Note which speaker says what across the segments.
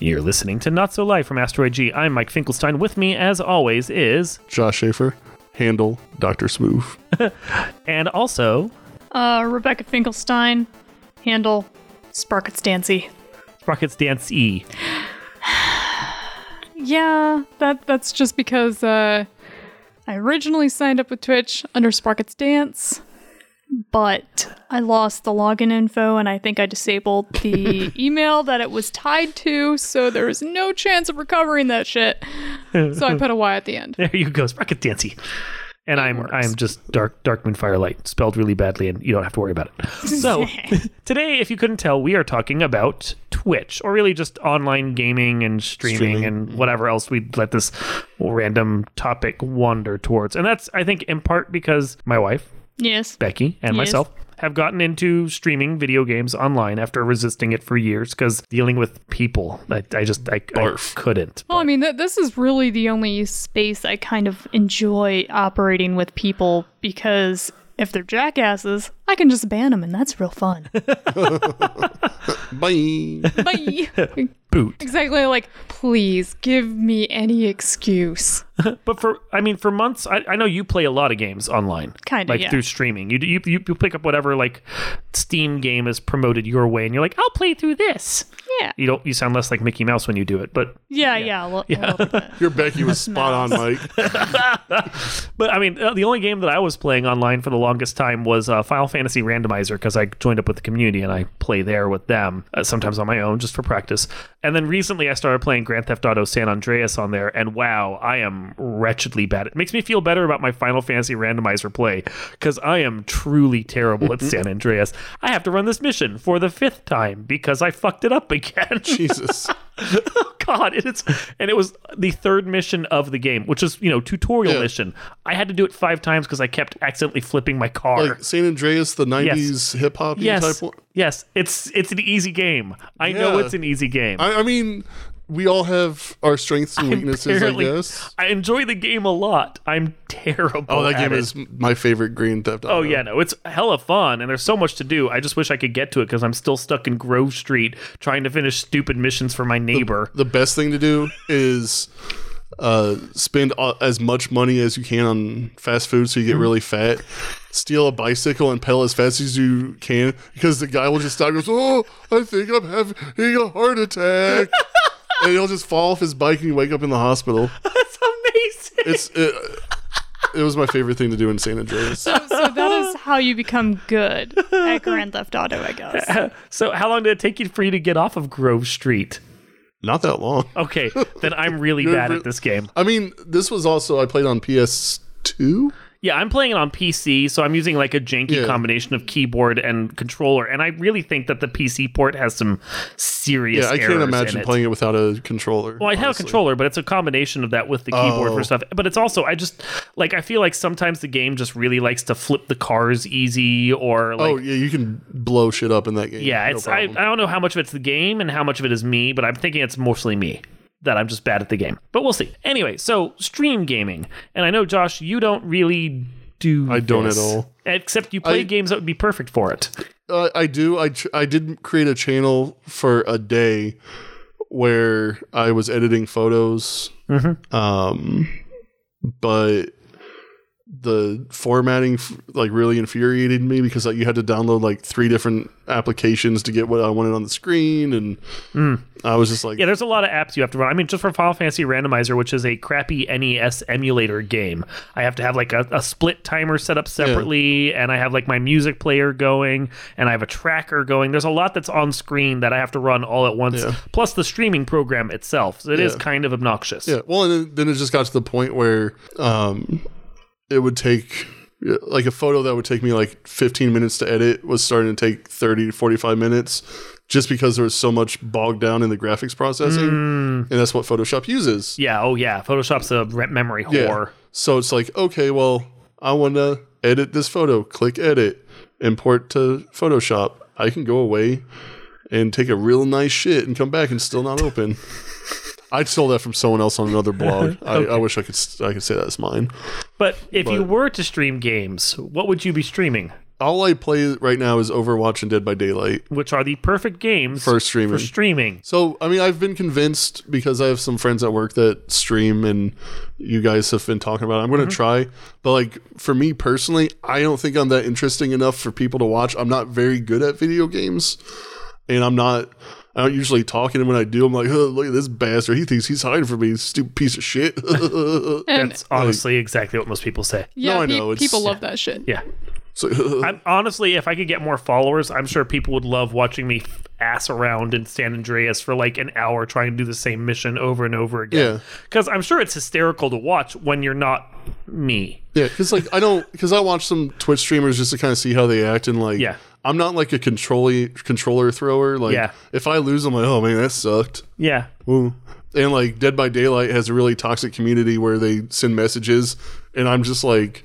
Speaker 1: You're listening to Not So Live from Asteroid G. I'm Mike Finkelstein. With me, as always, is
Speaker 2: Josh Schaefer, Handle, Dr. Smooth.
Speaker 1: and also
Speaker 3: Uh, Rebecca Finkelstein, handle Sparket Stancy.
Speaker 1: Sprockets Dance E.
Speaker 3: Yeah, that that's just because uh, I originally signed up with Twitch under Sprocket's Dance, but I lost the login info and I think I disabled the email that it was tied to, so there was no chance of recovering that shit. So I put a Y at the end.
Speaker 1: There you go, Sprocket Dancy. And I'm I'm just dark dark moon firelight spelled really badly, and you don't have to worry about it. So today, if you couldn't tell, we are talking about Twitch, or really just online gaming and streaming,
Speaker 2: Streaming.
Speaker 1: and whatever else we let this random topic wander towards. And that's I think in part because my wife
Speaker 3: Yes.
Speaker 1: Becky and
Speaker 3: Yes.
Speaker 1: myself have gotten into streaming video games online after resisting it for years because dealing with people, I, I just I, I
Speaker 2: Barf.
Speaker 1: couldn't.
Speaker 3: Well, I mean, th- this is really the only space I kind of enjoy operating with people because if they're jackasses, I can just ban them, and that's real fun.
Speaker 2: Bye.
Speaker 3: Bye.
Speaker 1: Boot.
Speaker 3: exactly. Like, please give me any excuse.
Speaker 1: But for I mean, for months, I, I know you play a lot of games online,
Speaker 3: Kinda,
Speaker 1: like
Speaker 3: yeah.
Speaker 1: through streaming. You, do- you you you pick up whatever like Steam game is promoted your way, and you're like, I'll play through this.
Speaker 3: Yeah.
Speaker 1: You don't. You sound less like Mickey Mouse when you do it, but
Speaker 3: Yeah. Yeah. a lo- a little bit.
Speaker 2: Your Becky was spot on, Mike.
Speaker 1: but I mean, uh, the only game that I was playing online for the longest time was uh, Final Fantasy Randomizer because I joined up with the community and I play there with them uh, sometimes on my own just for practice. And then recently, I started playing Grand Theft Auto San Andreas on there, and wow, I am wretchedly bad. It makes me feel better about my Final Fantasy Randomizer play because I am truly terrible at San Andreas. I have to run this mission for the fifth time because I fucked it up again.
Speaker 2: Jesus.
Speaker 1: oh god and it's and it was the third mission of the game which is you know tutorial
Speaker 2: Yeah.
Speaker 1: mission i had to do it five times because i kept accidentally flipping my car
Speaker 2: Like San Andreas, the 90s hip hop
Speaker 1: yes
Speaker 2: type one.
Speaker 1: yes it's it's an easy game i know
Speaker 2: Yeah.
Speaker 1: it's an easy game
Speaker 2: I, I mean, we all have our strengths and weaknesses, I
Speaker 1: Apparently,
Speaker 2: guess.
Speaker 1: I enjoy the game a lot i'm terrible
Speaker 2: Oh, that
Speaker 1: at
Speaker 2: game
Speaker 1: it.
Speaker 2: is my favorite Grand Theft Auto.
Speaker 1: Oh yeah, no, it's hella fun, and there's so much to do. I just wish I could get to it because I'm still stuck in Grove Street trying to finish stupid missions for my neighbor.
Speaker 2: The best thing to do is uh, spend a- as much money as you can on fast food so you
Speaker 1: Mm-hmm.
Speaker 2: get really fat. Steal a bicycle and pedal as fast as you can because the guy will just stop and goes, Oh, I think I'm having a heart attack. and he'll just fall off his bike and you wake up in the hospital.
Speaker 1: That's amazing.
Speaker 2: It's. It, it was my favorite thing to do in San Andreas.
Speaker 3: so that is how you become good at Grand Theft Auto, I guess.
Speaker 1: So, how long did it take you for you to get off of Grove Street?
Speaker 2: Not that long.
Speaker 1: Okay, then I'm really
Speaker 2: You're
Speaker 1: bad
Speaker 2: re-
Speaker 1: at this game.
Speaker 2: I mean, this was also I played on PS2.
Speaker 1: Yeah, I'm playing it on PC, so I'm using like a janky
Speaker 2: Yeah.
Speaker 1: combination of keyboard and controller, and I really think that the PC port has some serious.
Speaker 2: Yeah, I
Speaker 1: errors
Speaker 2: can't
Speaker 1: in
Speaker 2: imagine
Speaker 1: it.
Speaker 2: playing it without a controller.
Speaker 1: Well, I have a
Speaker 2: honestly. Oh.
Speaker 1: controller, but it's a combination of that with the keyboard for stuff. But it's also I just like I feel like sometimes the game just really likes to flip the cars easy or like
Speaker 2: oh yeah, you can blow shit up in that game.
Speaker 1: yeah,
Speaker 2: no
Speaker 1: it's I, I
Speaker 2: problem.
Speaker 1: don't know how much of it's the game and how much of it is me, but I'm thinking it's mostly me that I'm just bad at the game. But we'll see. Anyway, so stream gaming, and I know Josh, you don't really do.
Speaker 2: I don't at
Speaker 1: this,
Speaker 2: all.
Speaker 1: Except you play
Speaker 2: I-
Speaker 1: games that would be perfect for it.
Speaker 2: Uh, I do. I tr- I did create a channel for a day where I was editing photos.
Speaker 1: Mm-hmm.
Speaker 2: Um, but the formatting f- like really infuriated me because like you had to download like three different applications to get what I wanted on the screen, and I was just like,
Speaker 1: Mm. Yeah, there's a lot of apps you have to run. I mean, just for Final Fantasy Randomizer, which is a crappy NES emulator game, I have to have like a, a split timer set up separately, and I have like my music player going, and I have a tracker going. There's a lot that's on screen that I have to run all at once,
Speaker 2: Yeah.
Speaker 1: plus the streaming program itself. So it is
Speaker 2: Yeah.
Speaker 1: kind of obnoxious.
Speaker 2: Yeah. Well, and then- then it just got to the point where um, it would take like a photo that would take me like 15 minutes to edit was starting to take 30 to 45 minutes just because there was so much bogged down in the graphics processing. And that's what Photoshop uses.
Speaker 1: Yeah, oh yeah, Photoshop's a re- memory whore.
Speaker 2: So it's like, okay, well, I want to edit this photo. Click edit, import to Photoshop. I can go away and take a real nice shit and come back and still not open. I stole that from someone else on another blog. I, I wish I could s- I could say that's mine.
Speaker 1: But if you were to stream games, what would you be streaming?
Speaker 2: all I play right now is Overwatch and Dead by Daylight
Speaker 1: which are the perfect games
Speaker 2: for streaming.
Speaker 1: for streaming.
Speaker 2: So, I mean, I've been convinced because I have some friends at work that stream and you guys have been talking about it. I'm
Speaker 1: Mm-hmm.
Speaker 2: going to try. But, like, for me personally, I don't think I'm that interesting enough for people to watch. I'm not very good at video games. And I'm not, I don't usually talk. And when I do, I'm like, oh, look at this bastard. He thinks he's hiding from me, stupid piece of shit.
Speaker 3: And
Speaker 1: That's honestly exactly what most people say.
Speaker 3: yeah,
Speaker 2: No, I
Speaker 3: pe-
Speaker 2: know, it's-
Speaker 3: people love that shit.
Speaker 1: Yeah.
Speaker 2: so,
Speaker 1: I'm honestly, if I could get more followers, I'm sure people would love watching me f- ass around in San Andreas for like an hour trying to do the same mission over and over again.
Speaker 2: Yeah.
Speaker 1: Because I'm sure it's hysterical to watch when you're not me.
Speaker 2: Yeah, because like I don't because I watch some Twitch streamers just to kind of see how they act and like
Speaker 1: Yeah.
Speaker 2: I'm not like a controller controller thrower. Like
Speaker 1: Yeah.
Speaker 2: if I lose, I'm like, oh man, that sucked.
Speaker 1: Yeah.
Speaker 2: Ooh. And like Dead by Daylight has a really toxic community where they send messages, and I'm just like,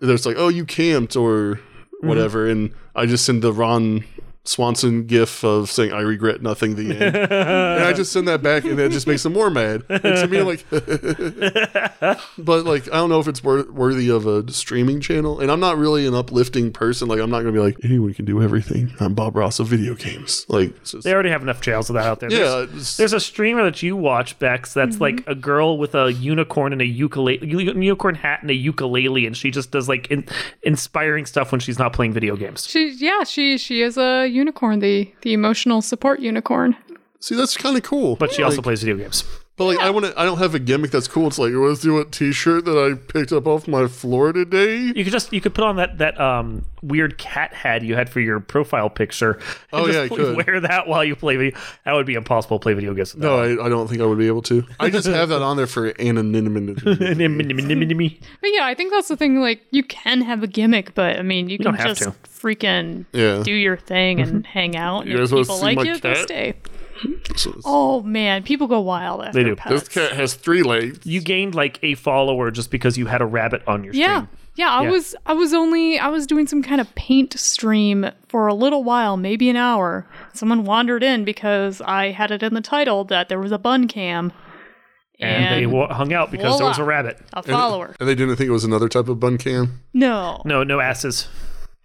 Speaker 2: there's like, oh, you camped or whatever, and I just send the Ron Swanson gif of saying I regret nothing. The end, and I just send that back, and that just makes them more mad. And to me, I'm like, but like I don't know if it's wor- worthy of a streaming channel, and I'm not really an uplifting person. Like I'm not gonna be like anyone can do everything. I'm Bob Ross of video games. Like it's just-
Speaker 1: They already have enough jails of that out there.
Speaker 2: yeah,
Speaker 1: There's,
Speaker 2: it's-
Speaker 1: there's a streamer that you watch, Bex, that's like a girl with a unicorn and a ukulele, u- unicorn hat and a ukulele, and she just does like in, inspiring stuff when she's not playing video games.
Speaker 3: She, yeah, she she is a unicorn, the the emotional support unicorn.
Speaker 2: see that's kind of cool.
Speaker 1: But she also plays video games.
Speaker 2: But like, I want to. I don't have a gimmick that's cool. It's like, let's do a T-shirt that I picked up off my floor today.
Speaker 1: You could just you could put on that that um weird cat hat you had for your profile picture. and
Speaker 2: Oh,
Speaker 1: just
Speaker 2: yeah, I could.
Speaker 1: wear that while you play video. That would be impossible to play video games.
Speaker 2: No, I, I don't think I would be able to. I just have that on there for anonymity.
Speaker 1: No.
Speaker 3: But yeah, I think that's the thing. Like, you can have a gimmick, but I mean, you,
Speaker 1: don't
Speaker 3: can
Speaker 1: have
Speaker 3: just
Speaker 1: to.
Speaker 3: freaking
Speaker 2: Yeah.
Speaker 3: do your thing and hang out. And
Speaker 2: You
Speaker 3: if
Speaker 2: guys wanna
Speaker 3: people
Speaker 2: see
Speaker 3: like
Speaker 2: my
Speaker 3: you, they
Speaker 2: cat?
Speaker 3: stay.
Speaker 2: So it's-
Speaker 3: Oh man, people go wild after
Speaker 1: do.
Speaker 3: pets.
Speaker 2: this cat has three legs.
Speaker 1: you gained like a follower just because you had a rabbit on your
Speaker 3: Yeah.
Speaker 1: stream.
Speaker 3: Yeah, I
Speaker 1: Yeah.
Speaker 3: was I was only I was doing some kind of paint stream for a little while, maybe an hour. Someone wandered in because I had it in the title that there was a bun cam
Speaker 1: And, they wa- hung out because there
Speaker 3: voila.
Speaker 1: was a rabbit.
Speaker 3: a follower.
Speaker 2: And they didn't think it was another type of bun cam.
Speaker 3: No.
Speaker 1: No, no asses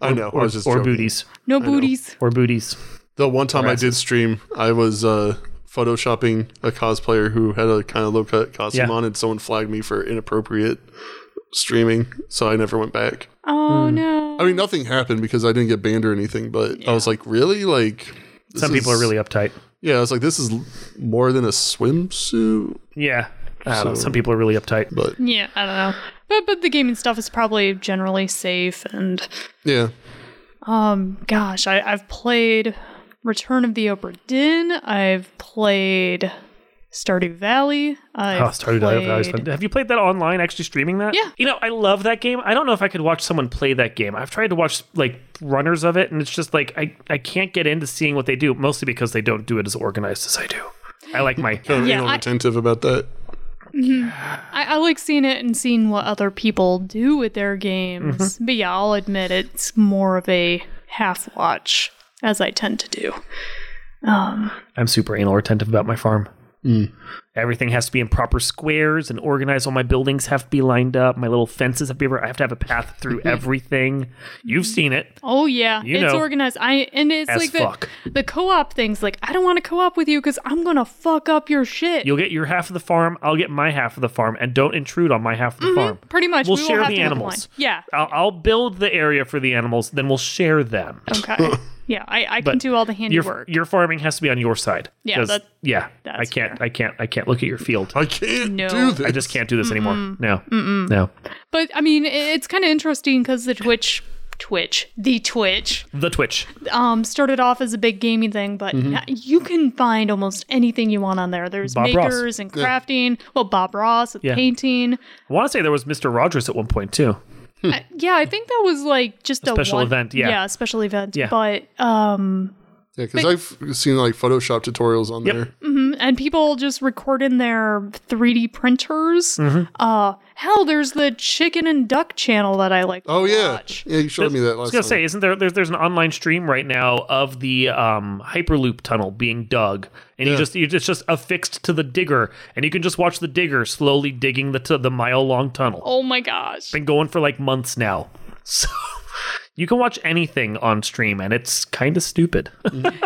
Speaker 2: I know. I
Speaker 1: or,
Speaker 2: was just
Speaker 1: or
Speaker 2: joking.
Speaker 1: booties
Speaker 3: No booties.
Speaker 1: or booties.
Speaker 2: The one time I did stream, I was uh, photoshopping a cosplayer who had a kind of low cut costume
Speaker 1: Yeah.
Speaker 2: on, and someone flagged me for inappropriate streaming, so I never went back.
Speaker 3: Oh
Speaker 2: Hmm.
Speaker 3: no.
Speaker 2: I mean, nothing happened because I didn't get banned or anything, but I was like, really? Like, this
Speaker 1: Some people
Speaker 2: is-
Speaker 1: are really uptight.
Speaker 2: Yeah, I was like, this is l- more than a swimsuit.
Speaker 1: Yeah. I don't know.
Speaker 2: So-
Speaker 1: Some people are really uptight.
Speaker 2: But
Speaker 3: Yeah, I don't know. But but the gaming stuff is probably generally safe and
Speaker 2: yeah,
Speaker 3: um gosh, I, I've played Return of the Oprah Dinn, I've played Stardew Valley. I've
Speaker 1: Oh, Stardew Valley Valley's
Speaker 3: played-
Speaker 1: fun. Have you played that online, actually streaming that?
Speaker 3: Yeah.
Speaker 1: You know, I love that game. I don't know if I could watch someone play that game. I've tried to watch like runners of it, and it's just like I, I can't get into seeing what they do, mostly because they don't do it as organized as I do. I like my
Speaker 2: I'm
Speaker 3: Yeah,
Speaker 2: anal
Speaker 3: I-
Speaker 2: retentive about that.
Speaker 3: I, I like seeing it and seeing what other people do with their games.
Speaker 1: Mm-hmm.
Speaker 3: But yeah, I'll admit it's more of a half watch, as I tend to do. Um,
Speaker 1: I'm super anal retentive about my farm. Everything has to be in proper squares and organized. All my buildings have to be lined up. My little fences have to be. I have to have a path through everything. You've seen it.
Speaker 3: oh yeah,
Speaker 1: You
Speaker 3: it's
Speaker 1: know.
Speaker 3: organized. I and it's
Speaker 1: As
Speaker 3: like the
Speaker 1: fuck.
Speaker 3: the co-op things. Like I don't want to co-op with you because I'm gonna fuck up your shit.
Speaker 1: You'll get your half of the farm. I'll get my half of the farm, and don't intrude on my half of the
Speaker 3: Mm-hmm.
Speaker 1: farm.
Speaker 3: Pretty much,
Speaker 1: We'll
Speaker 3: we will
Speaker 1: share
Speaker 3: have
Speaker 1: the
Speaker 3: to have a
Speaker 1: animals.
Speaker 3: line. Yeah.
Speaker 1: I'll, I'll build the area for the animals, then we'll share them.
Speaker 3: Okay. yeah, I, I can
Speaker 1: But
Speaker 3: do all the
Speaker 1: Your,
Speaker 3: handiwork.
Speaker 1: your farming has to be on your side.
Speaker 3: Yeah,
Speaker 1: 'Cause-
Speaker 3: that-
Speaker 1: yeah. I
Speaker 3: that's
Speaker 1: can't.
Speaker 3: fair.
Speaker 1: I can't. I can't look at your field.
Speaker 2: I can't
Speaker 3: No.
Speaker 2: do this.
Speaker 1: I just can't do this anymore. No. No.
Speaker 3: But I mean, i- it's kind of interesting because the Twitch, Twitch, the Twitch.
Speaker 1: The Twitch.
Speaker 3: um, started off as a big gaming thing, but now you can find almost anything you want on there. There's
Speaker 1: Bob Ross.
Speaker 3: makers and crafting. Well, Bob Ross with
Speaker 1: Yeah.
Speaker 3: painting.
Speaker 1: I want to say there was Mister Rogers at one point too.
Speaker 3: I- yeah, I think that was like just a,
Speaker 1: special
Speaker 3: one-
Speaker 1: event, yeah.
Speaker 3: yeah, a special event.
Speaker 1: Yeah.
Speaker 3: But um,
Speaker 2: Yeah, because I've seen like Photoshop tutorials on
Speaker 1: Yep.
Speaker 2: there.
Speaker 3: and people just record in their 3D printers.
Speaker 1: Mm-hmm.
Speaker 3: Uh, hell, there's the chicken and duck channel that I like.
Speaker 2: Oh
Speaker 3: to
Speaker 2: yeah,
Speaker 3: watch.
Speaker 2: yeah. You showed me that
Speaker 1: I was
Speaker 2: last
Speaker 1: gonna
Speaker 2: time.
Speaker 1: say, isn't there? There's, there's an online stream right now of the um, Hyperloop tunnel being dug, and you
Speaker 2: Yeah.
Speaker 1: just you it's just affixed to the digger, and you can just watch the digger slowly digging the t- the mile long tunnel.
Speaker 3: Oh my gosh.
Speaker 1: Been going for like months now, so you can watch anything on stream, and it's kind of stupid.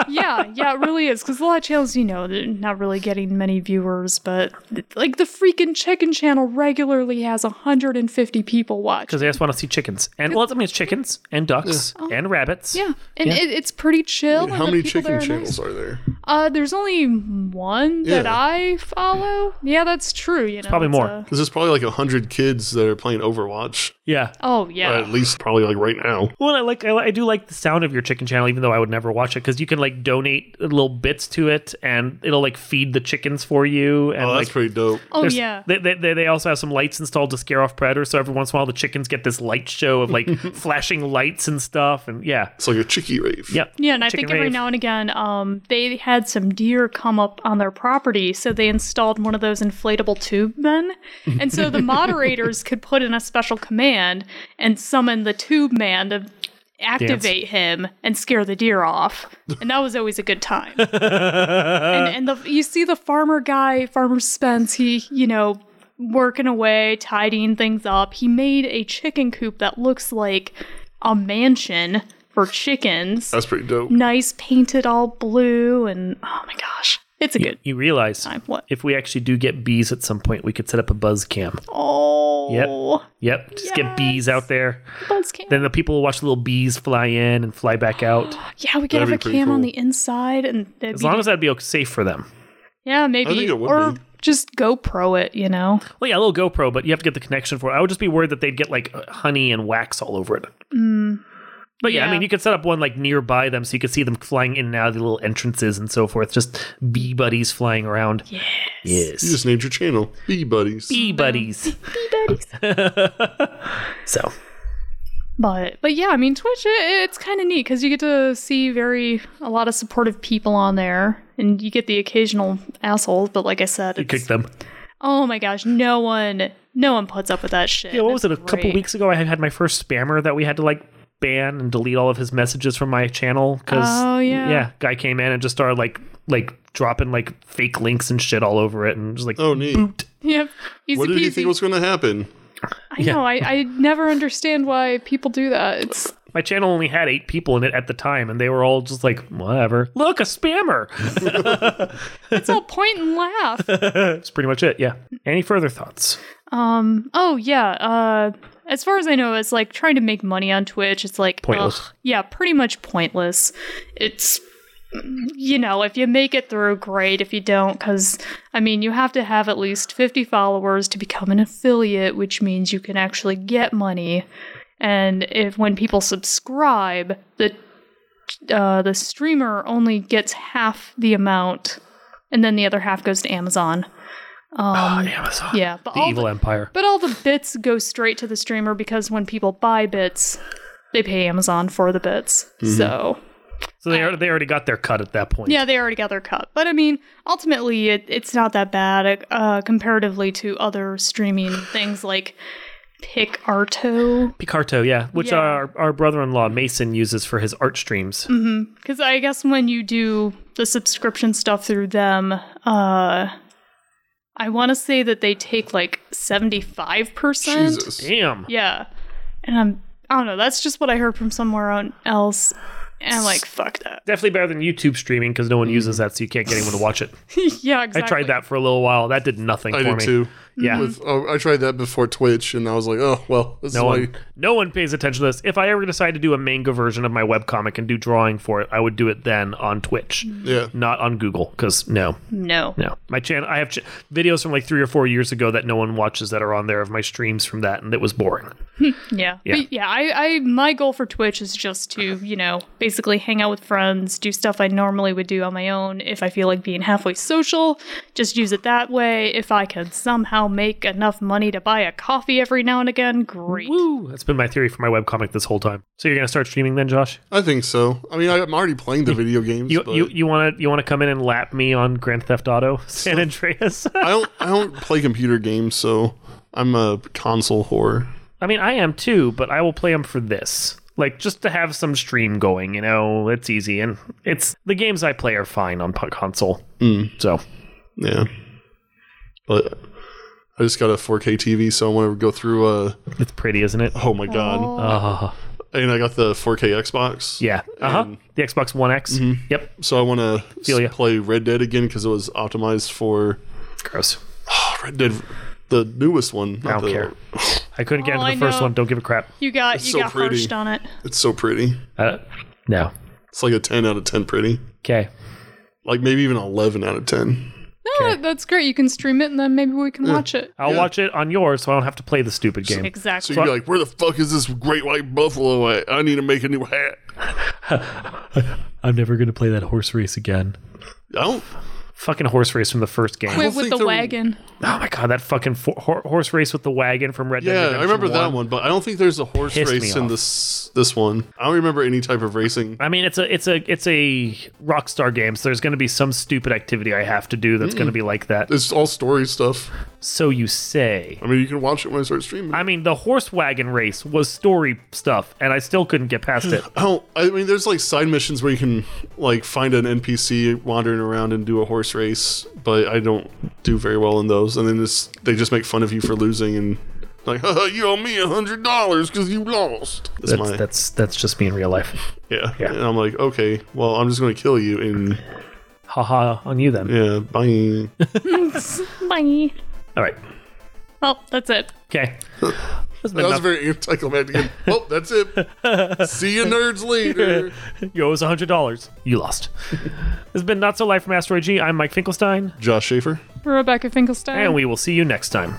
Speaker 3: yeah, yeah, it really is. Because a lot of channels, you know, they're not really getting many viewers, but like the freaking chicken channel regularly has 150 people watch.
Speaker 1: because they just want to see chickens. And well, I mean, it's chickens and ducks and rabbits.
Speaker 3: Yeah, and It, it's pretty chill.
Speaker 2: And how
Speaker 3: and the
Speaker 2: many
Speaker 3: people there
Speaker 2: chicken
Speaker 3: are nice.
Speaker 2: channels are there?
Speaker 3: Uh, there's only one that
Speaker 2: Yeah.
Speaker 3: I follow. Yeah, that's true. You know,
Speaker 1: probably
Speaker 3: it's
Speaker 1: more.
Speaker 3: a-
Speaker 2: Because there's probably like a hundred kids that are playing Overwatch,
Speaker 1: yeah.
Speaker 3: oh
Speaker 2: or
Speaker 3: yeah,
Speaker 2: at least probably like right now.
Speaker 1: Well, I like I, I do like the sound of your chicken channel, even though I would never watch it because you can like donate little bits to it, and it'll like feed the chickens for you. And
Speaker 2: Oh, that's
Speaker 1: like,
Speaker 2: pretty dope.
Speaker 3: oh
Speaker 1: there's-
Speaker 3: yeah.
Speaker 1: They, they, they- they also have some lights installed to scare off predators. So every once in a while, the chickens get this light show of like flashing lights and stuff. And yeah,
Speaker 2: It's like a chicky rave.
Speaker 1: yep.
Speaker 3: Yeah, and I
Speaker 1: Chicken
Speaker 3: think every
Speaker 1: rave.
Speaker 3: now and again, um, they had some deer come up on their property, so they installed one of those inflatable tube men, and so the moderators could put in a special command and summon the tube man to activate him and scare the deer off, and that was always a good time. and and the, you see the farmer guy, Farmer Spence, he you know working away, tidying things up. He made a chicken coop that looks like a mansion. For chickens
Speaker 2: That's pretty dope.
Speaker 3: nice painted all blue and oh my gosh it's a good
Speaker 1: You realize
Speaker 3: time what
Speaker 1: if we actually do get bees at some point, we could set up a buzz cam.
Speaker 3: oh
Speaker 1: Yep, just get bees
Speaker 3: Yes.
Speaker 1: out there.
Speaker 3: Buzz cam.
Speaker 1: Then the people will watch the little bees fly in and fly back out.
Speaker 3: yeah we could
Speaker 2: That'd
Speaker 3: have
Speaker 2: be
Speaker 3: a
Speaker 2: pretty
Speaker 3: cam on
Speaker 2: cool.
Speaker 3: the inside and that'd
Speaker 1: As
Speaker 3: be,
Speaker 1: long as that'd be okay- safe for them.
Speaker 3: yeah maybe
Speaker 2: I think it would
Speaker 3: or
Speaker 2: be.
Speaker 3: just GoPro it you know
Speaker 1: Well, yeah, a little GoPro, but you have to get the connection for it. I would just be worried that they'd get like uh, honey and wax all over it. But yeah, I
Speaker 3: Mm. Yeah.
Speaker 1: mean, you could set up one like nearby them so you could see them flying in and out of the little entrances and so forth. Just bee buddies flying around. Yes.
Speaker 2: You just named your channel Bee Buddies.
Speaker 1: Bee buddies. so,
Speaker 3: but but yeah I mean Twitch it, it's kind of neat because you get to see very a lot of supportive people on there and you get the occasional assholes but like I said
Speaker 1: you
Speaker 3: it's,
Speaker 1: kick them.
Speaker 3: oh my gosh no one no one puts up with that shit
Speaker 1: Yeah, what was it?
Speaker 3: It's
Speaker 1: A couple
Speaker 3: great.
Speaker 1: weeks ago, I had had my first spammer that we had to like ban and delete all of his messages from my channel because
Speaker 3: Oh, yeah.
Speaker 1: guy came in and just started like like dropping like fake links and shit all over it and just like
Speaker 2: Oh, neat.
Speaker 3: yep easy
Speaker 2: What did you
Speaker 3: peasy.
Speaker 2: think was going to happen?
Speaker 3: I know. I, I never understand why people do that. It's
Speaker 1: my channel only had eight people in it at the time and they were all just like whatever look a spammer
Speaker 3: it's all point and laugh.
Speaker 1: that's pretty much it yeah any further thoughts
Speaker 3: Um. Oh yeah. Uh. As far as I know, it's like trying to make money on Twitch. It's like
Speaker 1: Pointless.
Speaker 3: ugh, yeah, pretty much pointless. It's you know if you make it through, great. If you don't, because I mean, you have to have at least fifty followers to become an affiliate, which means you can actually get money. And if when people subscribe, the uh, the streamer only gets half the amount, and then the other half goes to Amazon.
Speaker 1: oh amazon
Speaker 3: Yeah, but
Speaker 1: the
Speaker 3: all
Speaker 1: evil
Speaker 3: the-
Speaker 1: empire
Speaker 3: but all the bits go straight to the streamer because when people buy bits, they pay Amazon for the bits. So
Speaker 1: so they, already- they already got their cut at that point
Speaker 3: yeah, they already got their cut. But I mean, ultimately, it, it's not that bad uh, comparatively to other streaming things like PicArto.
Speaker 1: picarto yeah which
Speaker 3: Yeah.
Speaker 1: our, our brother-in-law mason uses for his art streams
Speaker 3: Mm. Because I guess when you do the subscription stuff through them, uh, I want to say that they take like seventy five percent.
Speaker 2: Jesus.
Speaker 1: damn
Speaker 3: Yeah. And I'm I don't know, that's just what I heard from somewhere on- else. And I'm like, fuck that.
Speaker 1: definitely better than YouTube streaming because no one uses that, so you can't get anyone to watch it.
Speaker 3: yeah,
Speaker 1: I
Speaker 3: exactly.
Speaker 1: tried that for a little while. That did nothing
Speaker 2: I
Speaker 1: for
Speaker 2: did
Speaker 1: me.
Speaker 2: too.
Speaker 1: Yeah.
Speaker 2: With, oh, I tried that before Twitch, and I was like, oh well, this
Speaker 1: No
Speaker 2: is
Speaker 1: one,
Speaker 2: why.
Speaker 1: no one pays attention to this. If I ever decide to do a manga version of my webcomic and do drawing for it, I would do it then on Twitch,
Speaker 2: Yeah,
Speaker 1: not on Google, because no,
Speaker 3: No.
Speaker 1: no. My channel, I have ch- videos from like three or four years ago that no one watches that are on there of my streams from that, and it was boring.
Speaker 3: Yeah.
Speaker 1: Yeah.
Speaker 3: But yeah, I, I my goal for Twitch is just to, you know, basically hang out with friends, do stuff I normally would do on my own if I feel like being halfway social, just use it that way. If I can somehow make enough money to buy a coffee every now and again, great.
Speaker 1: Woo! That's been my theory for my webcomic this whole time. So you're gonna start streaming then, Josh?
Speaker 2: I think so. I mean, I, I'm already playing the video games,
Speaker 1: You
Speaker 2: but
Speaker 1: you you want to you want to come in and lap me on Grand Theft Auto San Andreas?
Speaker 2: I don't. I don't play computer games, so I'm a console whore.
Speaker 1: I mean, I am too, but I will play them for this. Like, just to have some stream going, you know, it's easy. And it's the games I play are fine on p- console.
Speaker 2: Mm.
Speaker 1: So,
Speaker 2: Yeah, but I just got a 4K TV, so I want to go through. Uh,
Speaker 1: it's pretty, isn't it?
Speaker 2: oh my god,
Speaker 1: Uh,
Speaker 2: and I got the 4K Xbox.
Speaker 1: Yeah. Uh huh.
Speaker 2: And-
Speaker 1: The Xbox One X.
Speaker 2: mm-hmm.
Speaker 1: Yep.
Speaker 2: So I want
Speaker 1: Feel ya.
Speaker 2: to play Red Dead again because it was optimized for
Speaker 1: It's gross.
Speaker 2: Red Dead, the newest one.
Speaker 1: I don't
Speaker 2: not the-
Speaker 1: care. I couldn't get
Speaker 3: All
Speaker 1: into the
Speaker 3: Oh, I
Speaker 1: first
Speaker 3: know-
Speaker 1: one. Don't give a crap.
Speaker 3: You got
Speaker 2: It's
Speaker 3: you
Speaker 2: so
Speaker 3: got
Speaker 2: pretty.
Speaker 3: harshed on it.
Speaker 2: It's so pretty.
Speaker 1: Uh, no.
Speaker 2: It's like a 10 out of 10 pretty.
Speaker 1: Okay.
Speaker 2: Like maybe even 11 out of 10.
Speaker 3: No, that- that's great. You can stream it, and then maybe we can watch it.
Speaker 1: I'll
Speaker 2: Yeah.
Speaker 1: watch it on yours, so I don't have to play the stupid game.
Speaker 2: So
Speaker 3: Exactly.
Speaker 2: you'd be like, where the fuck is this great white buffalo at? I need to make a new hat.
Speaker 1: I'm never gonna play that horse race again.
Speaker 2: I don't.
Speaker 1: Fucking horse race from the first game.
Speaker 2: don't
Speaker 3: with, with
Speaker 2: think
Speaker 3: the
Speaker 2: they're-
Speaker 3: wagon.
Speaker 1: Oh my god, that fucking for- hor- horse race with the wagon from Red Dead.
Speaker 2: Yeah, I
Speaker 1: Redemption
Speaker 2: remember that one, but I don't think there's a horse
Speaker 1: Pissed me
Speaker 2: race in
Speaker 1: off.
Speaker 2: this this one. I don't remember any type of racing.
Speaker 1: I mean, it's a it's a it's a Rockstar game, so there's going to be some stupid activity I have to do that's going to be like that.
Speaker 2: It's all story stuff.
Speaker 1: So you say.
Speaker 2: I mean, you can watch it when I start streaming.
Speaker 1: I mean, the horse wagon race was story stuff, and I still couldn't get past it.
Speaker 2: I don't. Oh, I mean, there's like side missions where you can like find an NPC wandering around and do a horse race, but I don't do very well in those. And then this, they just make fun of you for losing and like, Haha, you owe me a hundred dollars because you lost. That's,
Speaker 1: That's
Speaker 2: my
Speaker 1: that's that's just me in real life.
Speaker 2: yeah.
Speaker 1: yeah.
Speaker 2: And I'm like, okay, well, I'm just gonna kill you and
Speaker 1: Haha, on you then.
Speaker 2: yeah, bye.
Speaker 3: Bye.
Speaker 1: All right.
Speaker 3: Well, that's it.
Speaker 1: Okay. That's been
Speaker 2: That was
Speaker 1: enough.
Speaker 2: very anticlimactic. oh, that's it. See you nerds later.
Speaker 1: Yo, it was hundred dollars. You lost. this has been not so life from Asteroid G. I'm Mike Finkelstein,
Speaker 2: Josh Schaefer.
Speaker 3: Rebecca Finkelstein.
Speaker 1: and we will see you next time.